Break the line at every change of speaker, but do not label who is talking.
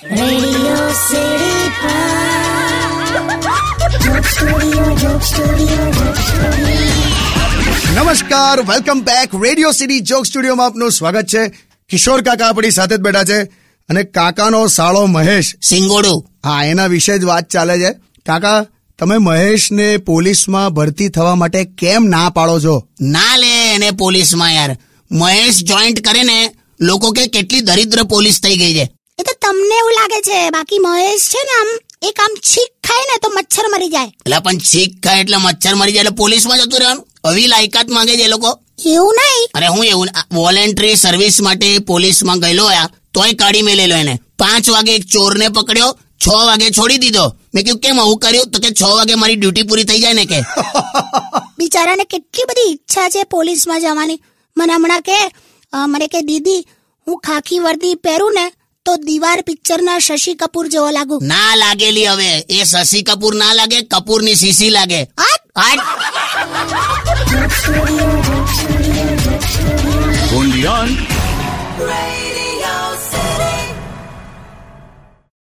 Radio City Pod. Joke Studio, Joke Studio, Joke Studio.
નમસ્કાર welcome back Radio City Joke સ્ટુડિયોમાં આપનું સ્વાગત છે કિશોર કાકા આપણી સાથે જ બેઠા છે અને કાકાનો સાળો મહેશ
સિંગોડું
હા એના વિશે જ વાત ચાલે છે કાકા તમે મહેશને પોલીસમાં ભરતી થવા માટે કેમ ના પાડો છો
ના લે એને પોલીસમાં યાર મહેશ જોઈન્ટ કરે ને લોકો કે કેટલી દરિદ્ર પોલીસ થઈ ગઈ છે
એ તો તમને એવું લાગે છે બાકી મહેશ છે ને આમ એક આમ છીક ખાય ને તો મચ્છર મરી જાય
એટલે પણ છીક ખાય એટલે મચ્છર મરી જાય એટલે પોલીસમાં જતું રહેવાનું આવી લાયકાત માંગે છે એ લોકો
એવું નહીં
અરે હું એવું વોલેન્ટરી સર્વિસ માટે પોલીસમાં ગયેલો આ તોય કાઢી મેલેલો એને પાંચ વાગે એક ચોરને પકડ્યો છ વાગે છોડી દીધો મેં કીધું કેમ આવું કર્યું તો કે છ વાગે મારી ડ્યુટી પૂરી થઈ જાય ને કે
બિચારાને કેટલી બધી ઈચ્છા છે પોલીસમાં જવાની મને હમણાં કે અ, મને કે દીદી હું ખાખી વર્દી પહેરું ને તો દીવાર પિક્ચરના શશી કપૂર જેવો લાગુ
ના લાગેલી હવે એ શશી કપૂર ના લાગે કપૂરની સીસી લાગે
હટ!
હાટ
Only on
Radio